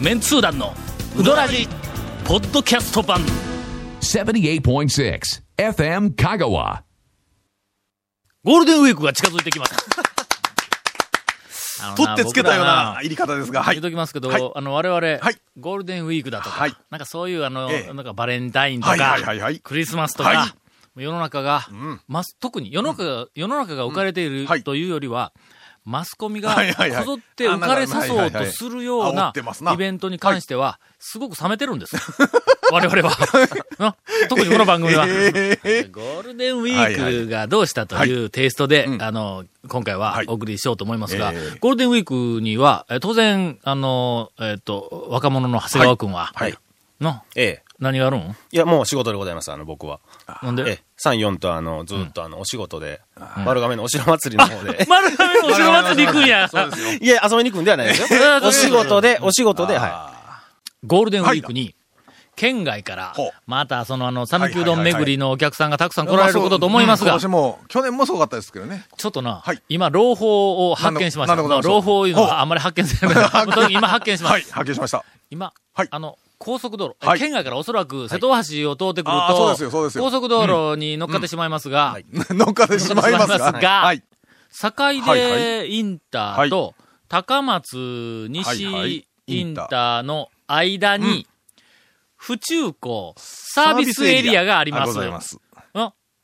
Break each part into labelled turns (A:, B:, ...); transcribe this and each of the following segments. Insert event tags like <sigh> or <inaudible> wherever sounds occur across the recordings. A: メンツー団のウドラジポッドキャスト版
B: 78.6 FM Kagawa.
A: ゴールデンウィークが近づいてきました
C: <laughs> 取ってつけたような入り方ですが、は
A: 言
C: い
A: っ。ときますけど、
C: はい
A: あの我々、
C: はい
A: ゴールデンウィークだとか、
C: はい
A: なんかそういうあの、
C: ええ
A: なんかバレンタインとか、
C: はいはいはいはい
A: クリスマスとか、
C: は
A: 世の中が、ます特に世の中が、世の中が浮かれている
C: はい
A: というよりは、マスコミが
C: はいはいはい
A: こぞって浮かれさそうとするよう
C: あなんか
A: な
C: はいはいはい煽ってますな
A: イベントに関しては、すごく冷めてるんです。我々
C: <laughs>
A: は。な特にこの番組は。
C: えー
A: ゴールデンウィークがどうしたというテイストで、あの、今回はお送りしようと思いますが、
C: ええ
A: ゴールデンウィークには、え当然、あの、えっ、と、若者の長谷川くんは、
C: はいはい
A: の、
D: ええ。
A: 何があるん
D: いや、もう仕事でございます、あの、僕は。
A: なんで、
D: ええ。3、4と、あの、ずっと、あの、お仕事で、丸亀のお城祭りの方で。
A: 丸亀のお城祭りに行くんや。
C: そうですよ。
D: いや、遊びに行くんではないですよ
A: ええ。
D: お仕事で、お仕事で、は
A: ゴールデンウィークに、県外から
C: ほう、
A: またそのあの、讃岐うどん巡りのお客さんがたくさん来られることと思います
C: あ
A: が
C: そう、うん今年も、去年もすごかったですけどね。
A: ちょっとな、
C: はい
A: 今、朗報を発見しました。
C: なんでなんでございましょう
A: 朗報いうのはあんまり発見
C: <laughs>
A: せない。とにかく今発見しました
C: はい、。発見しました。
A: 今、
C: はい
A: あの、高速道路、
C: はい
A: 県外からおそらく瀬戸大橋を通ってくると、
C: あーそうですよそうですよ
A: 高速道路に乗っかってしまいますが、
D: はい
C: 乗っかってしまいます
A: <laughs> 乗っかってしまい
C: が。
A: ますが
C: はい。
A: 境
C: はいは
A: 出インターと高松
C: はいは
A: 西
C: い
A: インターの間に、府中湖サービスエリアがあります。
C: ございます。
A: うん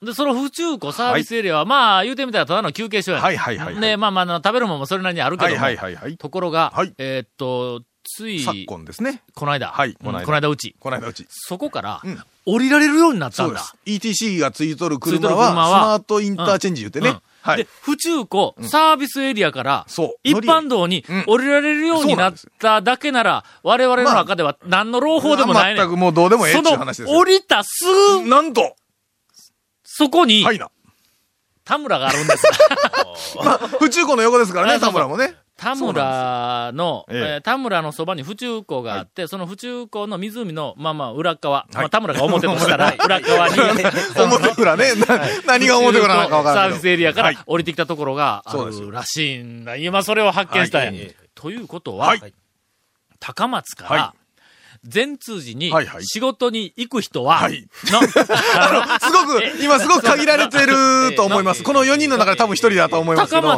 A: で、その府中湖サービスエリアは、まあ、言うてみたらただの休憩所やね
C: はいはいはいはい
A: で、まあまああの、食べるもんもそれなりにあるけ
C: は
A: ど
C: い
A: も、
C: はいはいはい。
A: ところが、
C: はい
A: えーっと、つい、
C: 昨今ですね。
A: この間、
C: はい
A: うん
C: この間
A: この間うち、
C: この間うち。
A: そこから
C: うん、
A: 降りられるようになった
C: そ
A: ん
C: うで
A: だ。
C: す。ETC がついとる車
A: ついとる
C: は、ス
A: 車は
C: マートインターチェンジ言って
A: うん
C: ね。は
A: で
C: い。、
A: 府中湖、サービスエリアから、
C: そう
A: 一般道に
C: うん
A: 降りられるようになっただけなら、我々の中では何の朗報でもないねん。
C: 全くもうどうでもええっ
A: そ
C: ていう
A: の
C: 話で、すよ
A: 降りたすぐ、
C: なんと
A: そこに
C: は、いな。
A: 田村があるん
C: <laughs>
A: です。
C: まあ、府中湖の横ですから
A: はい
C: ね、
A: そうそ
C: 田
A: う
C: 村もね。
A: 田村の、
C: そうなんですよええ
A: えー田村のそばに府中湖があって、その府中湖の湖の、まあまあ、裏っ側、まあ、田村が表と
C: <laughs>
A: したら、裏っ側に、
C: 表裏ね。な何が表裏なのかわからない。
A: サービスエリアか
C: はい
A: ら降りてきたところがあ
C: そうです
A: るらしいんだ。今それを発見したんや。
D: はいええ
A: ということは、
C: はい。
A: 高松から
C: は、
A: 全通寺に
C: はいはい
A: 仕事に行く人は、
C: はい
A: の
C: <laughs>
A: あ
C: すごく、今すごく限られてると思います。この4人の中で多分1人だと思い
A: の
C: ますけ
A: 高
C: ど。は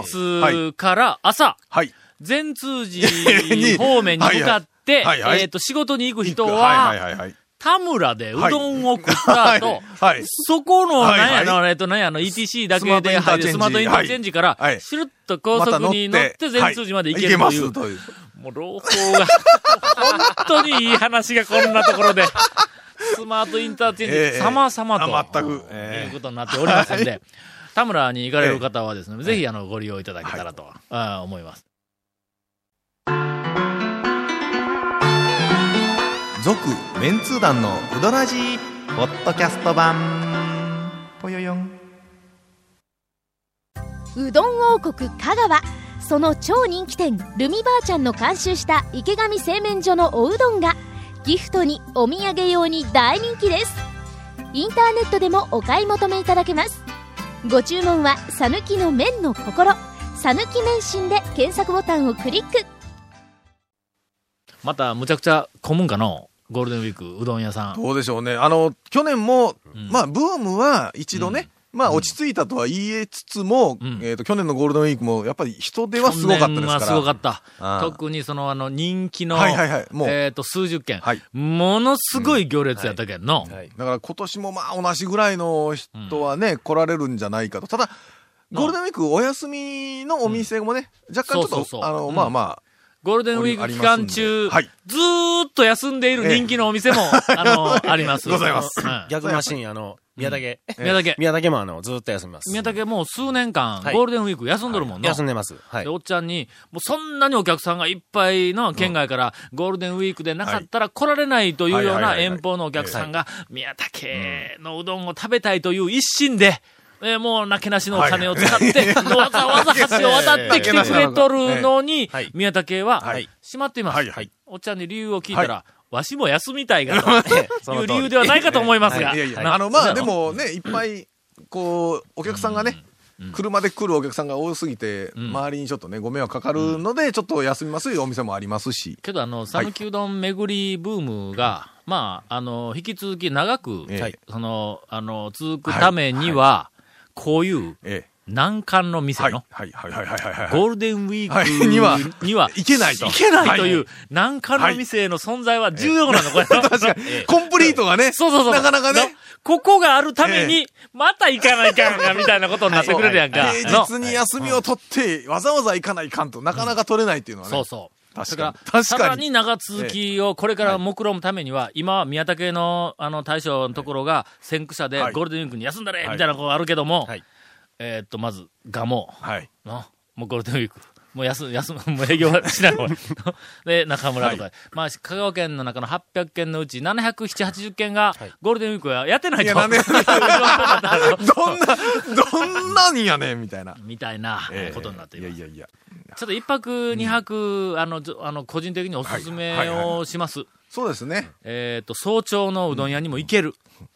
C: い。
A: 松から朝、
C: はい。
A: 全通寺方面に向かって、
C: はいはいはい
A: えっ、と、仕事に行く人は、
C: はいはいはいはい。
A: 田村でうどんを食った後、
C: はいはい
A: そこの、
C: はい
A: なんや、
C: はい
A: あのえっと、なんや、あの、ETC だけで入るス
C: ス
A: マ
C: マ
A: ート
C: ート
A: イ
C: イ
A: ン
C: ン
A: タ
C: タ
A: ー
C: ー
A: チ
C: チ
A: ェ
C: ェ
A: ン
C: ン
A: ジ
C: ジ
A: から、
C: はい
A: シュルッと高速に乗って、
C: また乗
A: 全通寺まで行ける
C: は
A: と
C: い
A: い
C: 行
A: う、
C: けますという。
A: もう朗報が、本当にいい話がこんなところ
C: <laughs>
A: で、スマートインターチェンジ、
C: ええ
A: 様々と、
C: あ全くええ
A: いうことになっておりますんで、田村に行かれる方はですね、ぜひあのご利用いただけたらと、ああ思います。
E: 続メンツー団のウドラジーポッドキャスト版ぽよよん
F: うどん王国香川その超人気店ルミばあちゃんの監修した池上製麺所のおうどんがギフトにお土産用に大人気ですインターネットでもお買い求めいただけますご注文は「さぬきの麺の心」「さぬき麺心」で検索ボタンをクリック
A: また、むちゃくちゃ古文化のゴールデンウィークうどん屋さん。
C: どうでしょうね。あの、去年も、
A: ん
C: まあ、ブームは一度ね、まあ、落ち着いたとは言えつつも、
A: うん
C: えっ、と、去年のゴールデンウィークも、やっぱり人 <laughs> 手はすごかったです
A: 去年
C: から。
A: はすごかった。
C: ああ
A: 特にその、あの、人気の、
C: はいはいはいもう
A: えっ、と、数十件、
C: はい
A: ものすごい行列やったけんの、
D: い。はい。
C: だから今年もまあ同じぐらいの人はね、来られるんじゃないかと。ただ、ゴールデンウィークお休みのお店もね、若干ちょっ
A: そ
C: と、
A: うそうそう
C: あの、
A: うん
C: まあま
A: ゴールデンウィーク期間中、
C: ありますんではい
A: ずーっと休んでいる人気のお店
C: <laughs>
A: も、あの、あります。
C: ございます
A: うん
D: 逆のシーン、あの、宮武。
A: 宮崎、
D: 宮武も、あの、ずっと休みます。
A: 宮崎もう数年間、
D: はい
A: ゴールデンウィーク休んどるもんな。
D: 休んでます。はい
A: で。おっちゃんに、もうそんなにお客さんがいっぱいの県外から、ゴールデンウィークでなかったら来られないというよう
C: はいはい
A: な
C: はいはい
A: 遠方のお客さんが、宮武のうどんを食べたいという一心で、えーもう、なけなしのお金を使って、わざわざ橋を渡ってきてくれとるのに
D: はい、
A: 宮武は
C: はい、
A: 閉まっていま
C: は
A: す
C: いはい。
A: おっちゃんに理由を聞いたら、わしも休みたいがと
D: そ
A: い
D: の
A: う
D: 通り
A: 理由ではないかと思います
C: あ、
A: が。
C: いやいや、
A: な
C: あのま
A: そう
C: あ
A: や
C: で
A: ろ
C: もね、いっぱい、こう、お客さんがね、車で来るお客さんが多すぎて、
A: ん
C: 周りにちょっとね、ご迷惑かかるので、ちょっと休みますよ、お店もありますし。
A: けど、あの、讃岐うどん巡りブームが、まあ、あの、引き続き長く、
C: ええ
A: その、あの、続くためには、こういう
C: ええ。
A: 難関の店
C: はい。
A: の、
C: はい。はい。はい。はい。はい。
A: ゴールデンウィー
C: は
A: ク
C: いには
A: には、
C: いけないと
A: いけないとい
C: は
A: う、難関の店の存在は重要なの、これ。
C: <laughs>
A: 確かに
C: コンプリートがね、
A: そうそうそう。
C: なかなかね
A: の。。ここがあるために、また行かないかんが、みたいなことになってくれるやんか。
C: 平
A: の
C: 日に休みを取って、わざわざ行かないかんとなかなか取れないっていうのはね。
A: そうそう。
C: 確
A: だら
C: かに。確
A: さ
C: からに。
A: に長続きをこれから目論むためには、今は宮武のあの大将のところが先駆者で
C: はい
A: ゴールデンウィークに休んだれ
C: はい
A: みたいなことあるけども
D: はい、
A: えーっと、まず、ガモ
C: はい。
A: の、もうゴールデンウィーク。もう休む、休む、もう営業はしない方がいい <laughs> で、中村とか。まあ、香川県の中の800件のうち770、80件がゴールデンウィークはやってないと。
C: いや、なんで、どんな、どんなにやねんみたいな。
A: <laughs> みたいな
C: ええ
A: ことになってい
C: い
A: ま
C: や
A: す。
C: いやいや。
A: ちょっと一泊、二泊、あの、ずあの、個人的におすす
C: はい
A: め
C: はいはい
A: をします。
C: そうですね。
A: えっと、早朝のうどん屋にも行ける。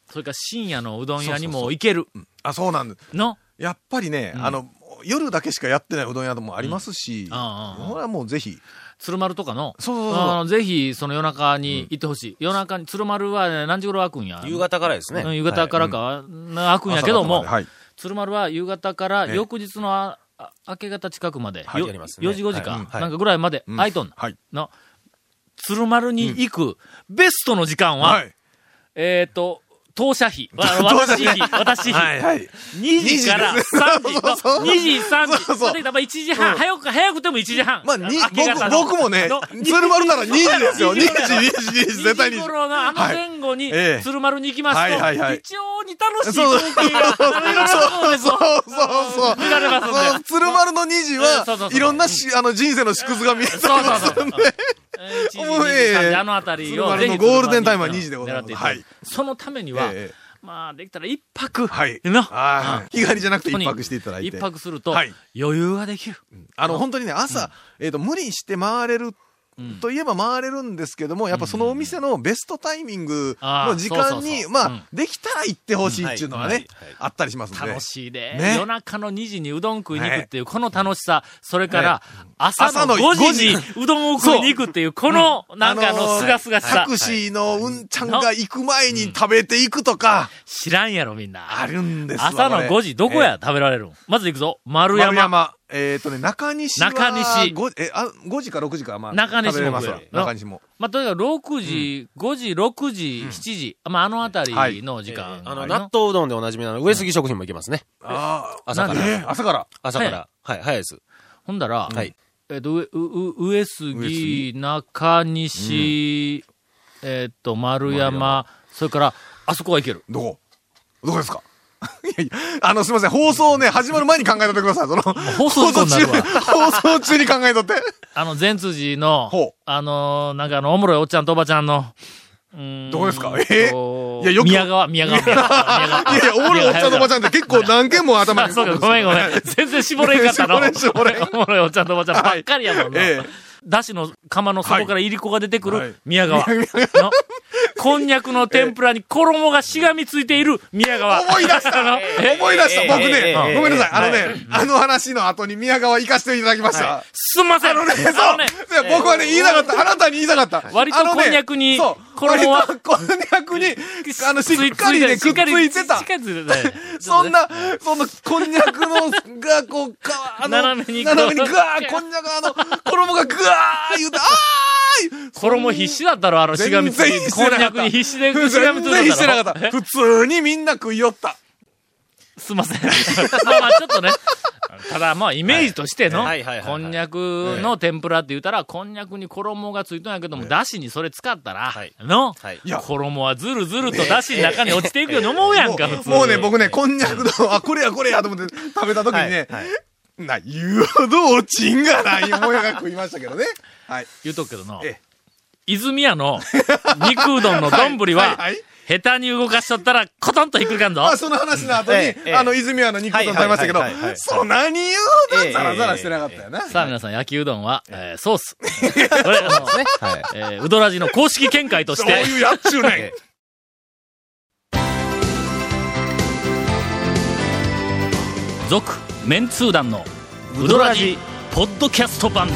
A: それから深夜のうどん屋にも行ける。
C: あ、そうなんです。
A: の。
C: やっぱりね、あの、夜だけしかやってないうどん屋もありますし、これ
A: ああああ
C: はもうぜひ。
A: 鶴丸とかの。
C: そうそうそう
A: あのぜひ、その夜中に行ってほしい。夜中に、鶴丸はね何時頃開くんや
D: 夕方からですね。
A: うん夕方からか、な開くんやけども、
C: 朝方まではい。
A: 鶴丸は夕方から
C: ええ
A: 翌日のああ明け方近くまで、
D: はい
A: よ
D: やりますね
A: 4時5時か、
D: はいうんはい
A: なんかぐらいまで
C: うん
A: 空いとんの。
C: はい
A: の鶴丸に行く、ベストの時間は、
C: はい。
A: えっ、と、当社費。わ私費、私費。
C: はい。はい。
A: 2時から3時
C: <laughs> そうそうそう
A: 2時、3時。
C: そうそう
A: まあ1時半、早く、早くても1時半。
C: まあ、に
A: 明け方の
C: 僕、僕もね
A: の、
C: <laughs> 鶴丸なら2時ですよ。2
A: 2
C: 時、2
A: 時だよ
C: 時、2時、絶対
A: 2
C: 2
A: 時
C: 時。
A: 頃のあの
C: はい
A: 前後に
C: ええ
A: 鶴丸に行きますと、
C: はいはいはい
A: 非常に楽しい光景が広がると思うんですよ
C: そうそうそう。
A: 見られますんで
C: そう鶴丸の2時
A: うんそうそう
C: は
A: そう、
C: いろんなし、あの、人生の縮図が見えたり
A: そうそう
C: す
A: そ
C: る
A: うん
C: で。
A: えー1時
C: もうええ
A: 2時あの辺りをぜ
C: 鶴丸
A: ひ
C: のゴールデンタイムは2時でございま
A: 狙っ
C: す
A: てただ
C: はい
A: そのためには、
C: ええ
A: まあ、できたら一泊。
C: はい。
A: の
C: あー日帰りじゃなくて
A: 本当
C: 一
A: に
C: 泊していただいて
A: 一。泊すると、
C: はい
A: 余裕ができる。
C: あの、本当にね、朝、えっと、無理して回れる。といえば回れるんですけども、やっぱそのお店のベストタイミングの時間
A: あーそうそう
C: に、
A: そう
C: ま
A: うん
C: あ、できたら行ってほしいっていうのは
D: は
C: ね
D: いはい、
C: あったりしますんで。
A: 楽しいで、
C: ね
A: 夜中の2時にうどん食いに行くっていう、この楽しさ、それから、朝
C: 朝
A: の
C: の
A: 5時
C: 5
A: にうどんを食いに行くっていう、この、なんかあの、すがすがし
C: タ
A: さ。
C: クシーのうんちゃんが行く前に食べていくとか、
A: 知らんやろ、みんな。
C: あるんですわ
A: 朝の
C: これ
A: 5時、どこや、食べられるんまず行くぞ。丸
C: 丸山。
A: 山。
C: えっ、とね、中西は。
A: 中西
C: 5, えあ5時か6時か、まあ。
A: 中西も
C: 食べれますわ
A: 食える
C: 中西も。
A: まあ、とにかく6時、5時、6時、7時、まあ、あのあたりの時間。
D: あの、納豆うどんでおなじみなの、上杉食品も行けますね。
C: あ
D: 朝
A: な
D: か
A: んで
D: ら。
C: あ。朝から。
D: 朝から。はい、早いです。
A: ほんだら、
D: はい
A: えっ、と、上うう上杉、中西、えっ、と、丸山、それから、あそこは行ける。
C: どこどこですかいやいや、あの、すみません。放送ね、始まる前に考えとってください。その、
A: 放送事故にな
C: 中
A: るわ、
C: 放送中に考えとって。
A: あの、善通寺の
C: ほう、
A: あのー、なんかあの、おもろいおっちゃんとおばちゃんの、うーん
C: <laughs> どこですかえ
A: と
C: いやよく
A: 宮川、宮川。宮川
C: いやいや、おもろいおっちゃんとおばち
A: ゃん。
C: ゃんって結構何件も頭
A: あ、<laughs>
C: に。
A: そうか、ごめんごめん。全然絞れんかったの。
C: <laughs> 絞れん絞れん
A: <laughs> おもろいおっちゃんとおばちゃんばっかりやもんな。 <laughs>
C: ええ
A: だしの釜の底からいりこが出てく
C: はい
A: る宮川。のこんにゃくの天ぷらに衣がしがみついている宮川。
C: 思い出し
A: <laughs>
C: た
A: あのえ
C: 思い出した、
D: ええ
C: 僕
D: え
C: ね、
D: え
C: ごめんなさい、あのね、あの話の後に宮川行かせていただきました。
A: すんません。あのね、
C: えそう、で僕はね、言いたかった。あなたに言いたかった。
A: 割と
C: あのね
A: こんにゃくに
C: そう割
A: 衣
C: と
A: は
C: こんにゃくに、あの、しっかりね、くっついてた
A: しっ。かりついてた。
C: <laughs> そんな、その、こんにゃくの、が、こう、か、あの、
A: 斜めにこう
C: 斜めにぐわー、こんにゃく、あの、衣がぐわー、言うて、あーい
A: 衣必死だったろ、あの、しがみついて。こんにゃくに必死で
C: <laughs> 全
A: しがみついてたろ。
C: 然してなかった。普通にみんな食いよった。
A: すいません。 <laughs> まあまあ、ちょっとね。ただ、まあ、イメージとしての
D: はいはいはい、はい
A: こんにゃくの天ぷらって言ったら、こんにゃくに衣がついとんやけども、だしにそれ使ったら
D: はい、
A: の
D: はい、
C: いや
A: 衣はずるずるとだしの中に落ちていくように思うやんか、
C: も
A: 普
C: う
A: 通。
C: もうね、僕ね、こんにゃくの、あ、これやこれやと思って食べた時にね、な、言うほど落ちんがないもやが食いましたけどね。はい。
A: 言うとくけどの
C: ええ、
A: 泉屋の肉うどんの丼
C: はい
A: は
C: はいはい、
A: 下手に動かしとったら、コトンとひっくり返んぞ
C: まあ、。その話の後に、
D: ええ
C: あの、泉屋の肉うどん食べましたけど
D: はいはいはいはいは、い
C: そんなに言うほどザラザラしてなかったよな。
A: さあ皆さん、焼きうどんは、えーソース。これ、あのえーうどらじの公式見解とし
C: そう
A: て、
C: いうやっちゅうね
A: 続メンツー団のウドラジポッドキャスト版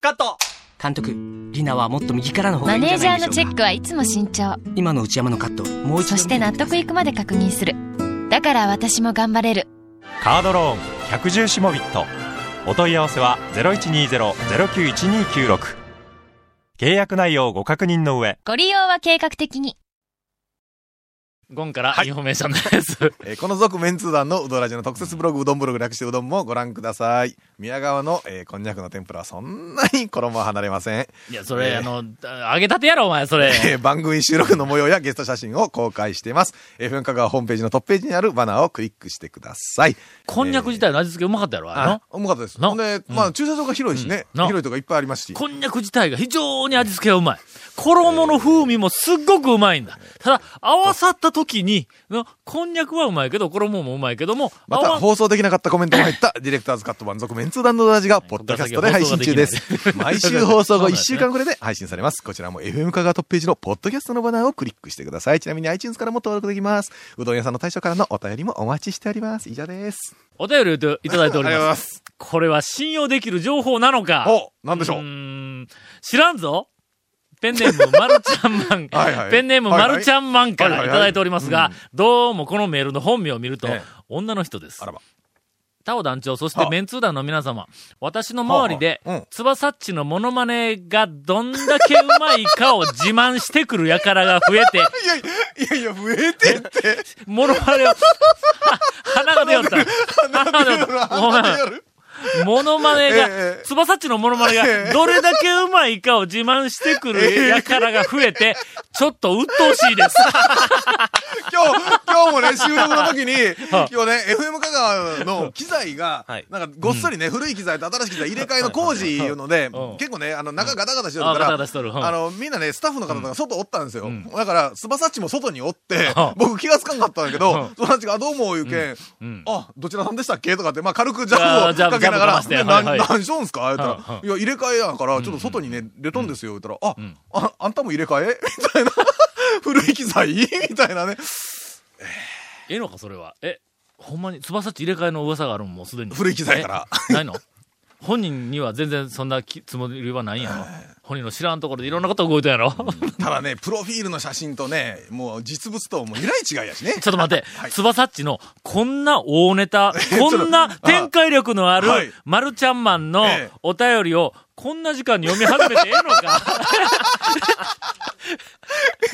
G: カット監督、リナはもっと右からの方が
H: マ
G: いいんじ
H: ネー
G: ゃ
H: ジ
G: ない
H: ャー
G: でしょうか
H: のチェックはいつも慎重
G: 今の内山のカットもう一度
H: そして納得いくまで確認するだから私も頑張れる
I: カードローン110シモビットお問い合わせは0120-091296契約内容ご確認の上
H: ご利用は計画的に
A: ゴンからインフォメーションです、
C: えーこの続メンツー団のうどらじの特設ブログうどんブログ略してうどんもご覧ください宮川の、えーこんにゃくの天ぷらはそんなに衣は離れません、
A: い、やそれ、あの揚げたてやろお前それ
C: えー番組収録の模様やゲスト写真を公開しています FM 香川ホームページのトップページにあるバナーをクリックしてください
A: こんにゃく自体の味付けうまかったやろあれの
C: あうまかったです
A: な
C: ほんで、まあ駐車場が広いしね、
A: うんな
C: 広いとこいっぱいありますし
A: こんにゃく自体が非常に味付けがうまい。衣の風味もすっごくうまいんだ。ただ、合わさった時に、のこんにゃくはうまいけど、衣もうまいけども、
C: ま
A: 合
C: た
A: わ
C: 放送できなかったコメントも入 <laughs> ったディレクターズカット版続メンツー団のラジがポッドキャストで配信中です
A: 放送ができ。ない
C: 毎週放送後1週間くらいで配信されます。こちらも FM 香川トップページのポッドキャストのバナーをクリックしてください。ちなみに iTunes からも登録できます。うどん屋さんの大将からのお便りもお待ちしております。以上です。
A: お便りをいただいており
C: ありがとうござい
A: ま。
C: ます
A: これは信用できる情報なのか
C: お、なんでしょ
A: う
C: う。
A: ーん知らんぞペンネーム、まるちゃんマン
C: <laughs> はいはい
A: ペンネーム、
C: はいは
A: ま
C: い
A: るちゃんマンか
C: はい
A: ら
C: はい
A: い
C: はい
A: ただいておりますが、どうもこのメールの本名を見ると
C: ええ、
A: 女の人です
C: あらば。
A: タオ団長、そし
C: は
A: て
C: あ
A: メンツー団の皆様、私の周りで
C: はあはあうん、
A: つばさっちのモノマネがどんだけうまいかを自慢してくる輩が増えて、
C: いやいや、いやいや、増えてって。
A: モノ
C: <laughs>
A: マネを、は鼻が出よった。 <laughs> 鼻が出よった。お前モノマネ
C: え
A: が
C: え、
A: つばさっちのモノマネが、どれだけうまいかを自慢してくるやからが増えて、ちょっと鬱陶しいです。
C: 今日、今日も
A: <laughs>
C: ね、収録の時に、今日ね、FM 香川の機材
A: <laughs>
C: が
D: はい、
C: なんかごっそりね、古い機材と新しい機材入れ替えの工事いうので
A: うん、
C: 結構ね、あの、中ガタガタしてる
A: あ、
C: か
A: ガタ
C: ら
A: ガ、タしとる。うん
C: あの、みんなね、スタッフの方とか外おったんですよ。
A: ん
C: だから、スバサッチも外におって
A: はあ、
C: 僕気がつかんかったんだけ
A: は
C: ど
A: あ、
C: スバサッチがあどうも言うけん
A: ん、
C: あ、どちらさんでしたっけとかって、まあ軽くジ
A: あ
C: ャ
A: ー
C: ブ
A: ジャ
C: を
A: ブ
C: かけなが
A: ジャブかましては
C: ら、ね
A: い
C: な
A: はい
C: 何しようんすか言
A: は
C: っ
A: あ
C: た
A: は
C: ら、いや、入れ替えやから、ちょっと外にね、出とんですよ。言ったら、あ、あ、あんたも入れ替え <laughs> みたいな。古い機材 <laughs> みたいなね。
A: ええのか、それは。え、ほんまに、つばさっち入れ替えの噂があるん、もうすでに。
C: 古い機材から
A: え。ないの本人には全然そんなきつもりはないんやろ。本人の知らんところでいろんなこと動いたんやろ。 <laughs>
C: ただね、プロフィールの写真とね、もう実物ともうえらい違いやしね。
A: ちょっと待って
C: は、い
A: つばさっちの、こんな大ネタ、こんな展開力のある
C: はい、
A: まるちゃんマンの
C: ええ
A: お便りを、こんな時間に読み始めてええのか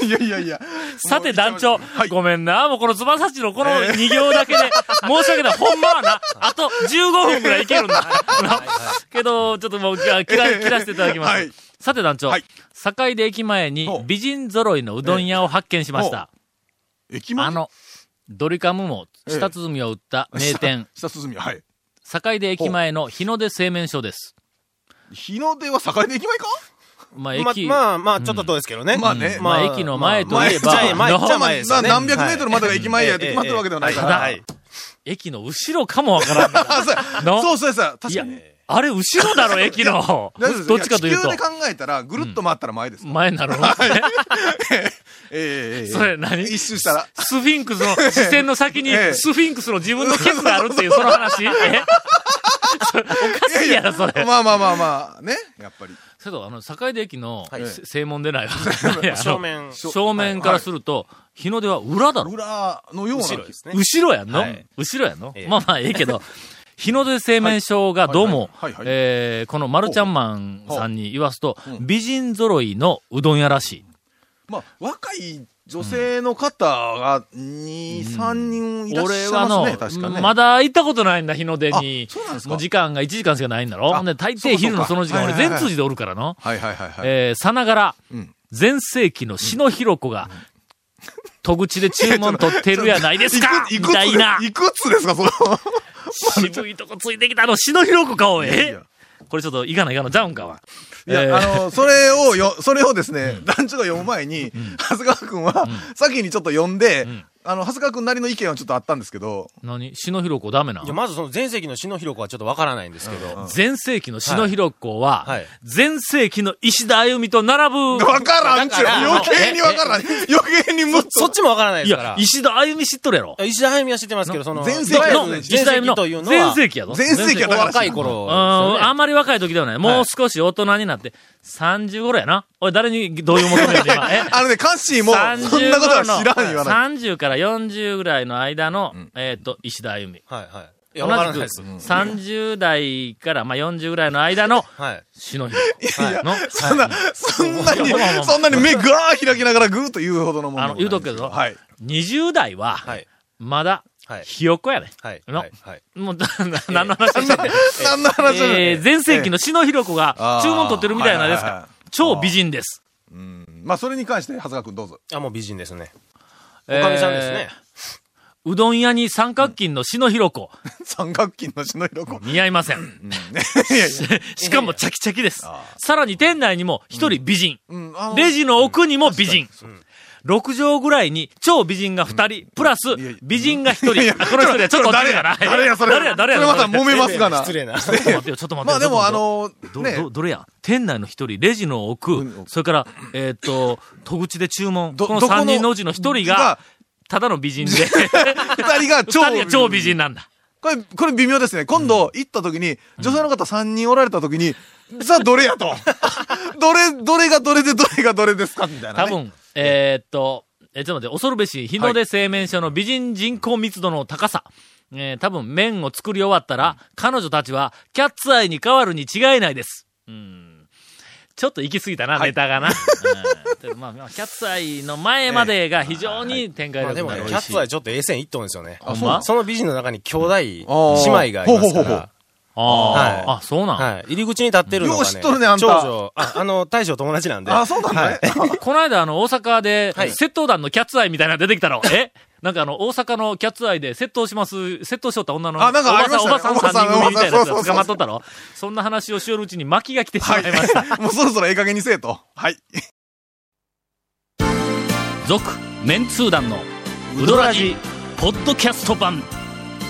C: いやいやいや。
A: さて団長、
C: はい
A: ごめんな、もうこのつばさっちのこの
C: ええ
A: 2行だけで、申し訳ない、ほんまはな、あと15分くらいいけるん
C: <laughs>
A: だ。なけど、ちょっともう、きら、きら切らせていただきます。
C: はい
A: さて団長、
C: はい
A: 堺で駅前
C: ほ
A: に
C: う
A: 美人揃いのうどん屋を発見しました。
C: 駅
A: あ
C: 前
A: の、ドリカムも舌鼓を打った名
C: <laughs>
A: 店。
C: 下進み、はい。
A: 堺で駅前の日の出製麺所です。
C: 日の出は境で駅前か
A: まあ、
D: ま
A: 駅、
D: まあまあ、ちょっと遠いですけどね。
C: まあね
A: まあ駅の前といえば
D: まあ前前
A: の
D: っちゃ前ですよね
C: まあ何百メートルまでが駅前やって決まってるわけではないから
D: はい
A: 駅の後ろかもわからんが。
C: あ、そうや。
A: の
C: そうそうやそうや。
A: い
C: 確か
A: や
C: に。、
A: あれ後ろだろ、駅の。
C: <laughs> 大丈夫です
A: どっちかという
C: 地
A: と
C: 球で、考えたら、ぐるっと回ったら前です。
A: 前なの。
C: ええええええ
A: それ何
C: 一周したら。
A: スフィンクスの視線の先に
C: え、え
A: スフィンクスの自分のケツがあるっていう、その話えそれおかしいやろ、それ。
C: まあまあまあまあ、ね。やっぱり。
A: けど、あの、堺出駅の、
C: い
A: せ正門出ないわ。何やあの
D: 正。面。
A: 正面からすると、日の出は裏だろ。
C: 裏のような。
D: 後ろですね。
A: 後ろやんの、
D: はい
A: 後ろやんの、
D: ええ
A: まあまあええけど、日の出製麺所がどうも
C: はいはいはいはいはい
A: えー、このマルちゃんマンさんに言わすと、美人揃いのうどん屋らしい。
C: まあ、若い女性の方が2、3人いらっしゃ
A: 俺
C: い
A: は
C: ますね、
A: の、
C: 確かね。
A: まだ行ったことないんだ、日の出に。
C: あそうなんですか
A: もう時間が1時間しかないんだろ
C: あ
A: ほんで、大
C: そう
A: 抵
C: かそう
A: 昼
C: か
A: のその時間、
C: は
A: 俺
C: いはいはい
A: 全通じでおるからの。
C: はいはいはいはい。
A: えー、さながら
C: うん、
A: 全盛期の篠広子が、戸口で注文取ってるやないですか
C: <laughs> い
A: み
C: くつ
A: たいな。
C: いくつですか、その。
A: 渋いとこついてきたあの、篠広子か、おい。
C: いやいや
A: これちょっと、いかないかの、ジャウンかは。
C: いや、
A: えー
C: あの、それをよ、それをですね、団長が読む前に、長谷川くんは、先にちょっと読んで、あの、長谷川君なりの意見はちょっとあったんですけど、
A: 何篠広子ダメなの
D: いやまずその前世紀の篠広子はちょっとわからないんですけど、
A: 前世紀の篠広子は
D: はいはい、
A: 前世紀の石田歩美と並ぶ。
C: わからんちゅう。
D: だから
C: 余計にわからん。余計にもっ
D: そっ
C: と。
D: ちもわからない
A: い
D: ですから
A: や、。石田歩美知っとるやろ。
D: 石田早美は知ってますけど、その、
C: 前世紀
D: ど
C: の
D: の前
A: 石田歩美
D: 世
A: の
D: 紀というのは、
A: 前世紀やぞ。
C: 前世紀や
D: お
C: だから。
D: 若い頃
A: う
D: ですよ
A: ん、
D: ね
A: あんまり若い時ではない。もう少し大人になって、30頃やな。おい、誰に同意を求めてる今。え
C: あのね、カッシーも、そんなことは知らん言わない。
A: 30から40ぐらいの間の、えっと、石田歩美。
D: はいはい。い
A: 同
D: や、わから
A: じ
D: ない
A: く
D: です。
A: 30代から、まあ、40ぐらいの間の、
D: はい。
A: 篠広子。はいの、
C: そんな、そんなに
A: まあまあまあ、
C: そんなに目がー開きながらグーッと言うほどのもの
A: あの、
C: でもない
A: 言うん
C: で
A: と
C: す
A: くけど、
C: はい。
A: 20代は、
D: はい。
A: まだ、
D: はい。
A: ひよこやね。
D: はい。
A: の
D: はい。はい。
A: もう、 <laughs> な何の話してんねん
C: 何の話なの
A: えー前世紀の篠広子が
C: あー
A: 注文取ってるみたいなです
C: はいはい
A: か
C: は
A: 超美人です。
C: まあ、それに関して、長谷川君どうぞ。
D: あ、もう美人ですね。お
A: えー
D: かみさんですね。
A: うどん屋に三角筋の篠広子、
C: 三角筋の篠広子。
A: 似合いません。 <laughs> しかもチャキチャキです。さらに店内にも一人美人。
C: うんあの
A: レジの奥にも美人。6畳ぐらいに超美人が2人、プラス
C: いやいや
A: 美人が1人。あこの人でちょっと誰やな。
C: 誰や、それ。
A: 誰や、誰や。
C: それまた揉めますがな。
D: 失礼な。
A: ちょっと待ってよ、ちょっと待って
C: ま
A: よ。
C: あでも、あの、
A: ど、
C: ね
A: ど、、どれや店内の一人、レジの奥、それから、えーっと、戸口で注文。
C: ど
A: この
C: どこの
A: 三人のうちの一人が
C: が、
A: ただの美人で、
C: 二人が
A: <laughs> 二
C: <laughs> 超
A: 人が超美人なんだ。
C: これ、これ微妙ですね。今度行った時に、女性の方3人おられた時に、さあどれやと。 <laughs> どれ、どれがどれでどれがどれですかみたいな、
A: 多
C: ね。
A: 分、えーっと、え、ちょっと待って、恐るべし、日の出製麺所の美人人口密度の高さ。えー多分、麺を作り終わったら、彼女たちは、キャッツアイに変わるに違いないです。うん。ちょっと行き過ぎたな、ネタ
D: <laughs>
A: がな。うんでもまあまあ、キャッツアイの前までが非常に展開
D: まあ
A: 力
D: で
A: の
D: も
A: あ
D: ね
A: る、
D: キ
A: 美
D: ャ
A: 味し
D: ッ
A: い
D: ツアイちょっと A 線行っとんですよね。
A: あそうなん
D: その美人の中に兄弟、姉妹がいま
C: ほうほう
D: す
C: ほ
D: か
C: うほう
D: ら。
A: ああ、
D: はい
A: あ、そうなん、
D: はい。入り口に立ってるのが
C: よう
D: ね。
C: 知っとるねあんた
D: 長女。あ、あの、大将友達なんで。
C: あ、そうなんだ、ね
A: この間、あの、大阪で、
D: はい
A: 窃盗団のキャッツアイみたいなの出てきたろ。えなんかあの、大阪のキャッツアイで窃盗します、窃盗しよった女の、
C: あなんかありま
A: お
C: し
A: ば
C: た
A: さ
C: ね
A: ん、おばさん3人組みたいなやつ
C: お
A: が
C: ばさ
A: 捕
C: ん
A: まっとったろ。そんな話をしよるうちに巻きが来てしまいました。
C: <laughs> はい。もうそろそろええ加減にせえと。はい。
A: 続メンツー団のウドラジポッドキャスト版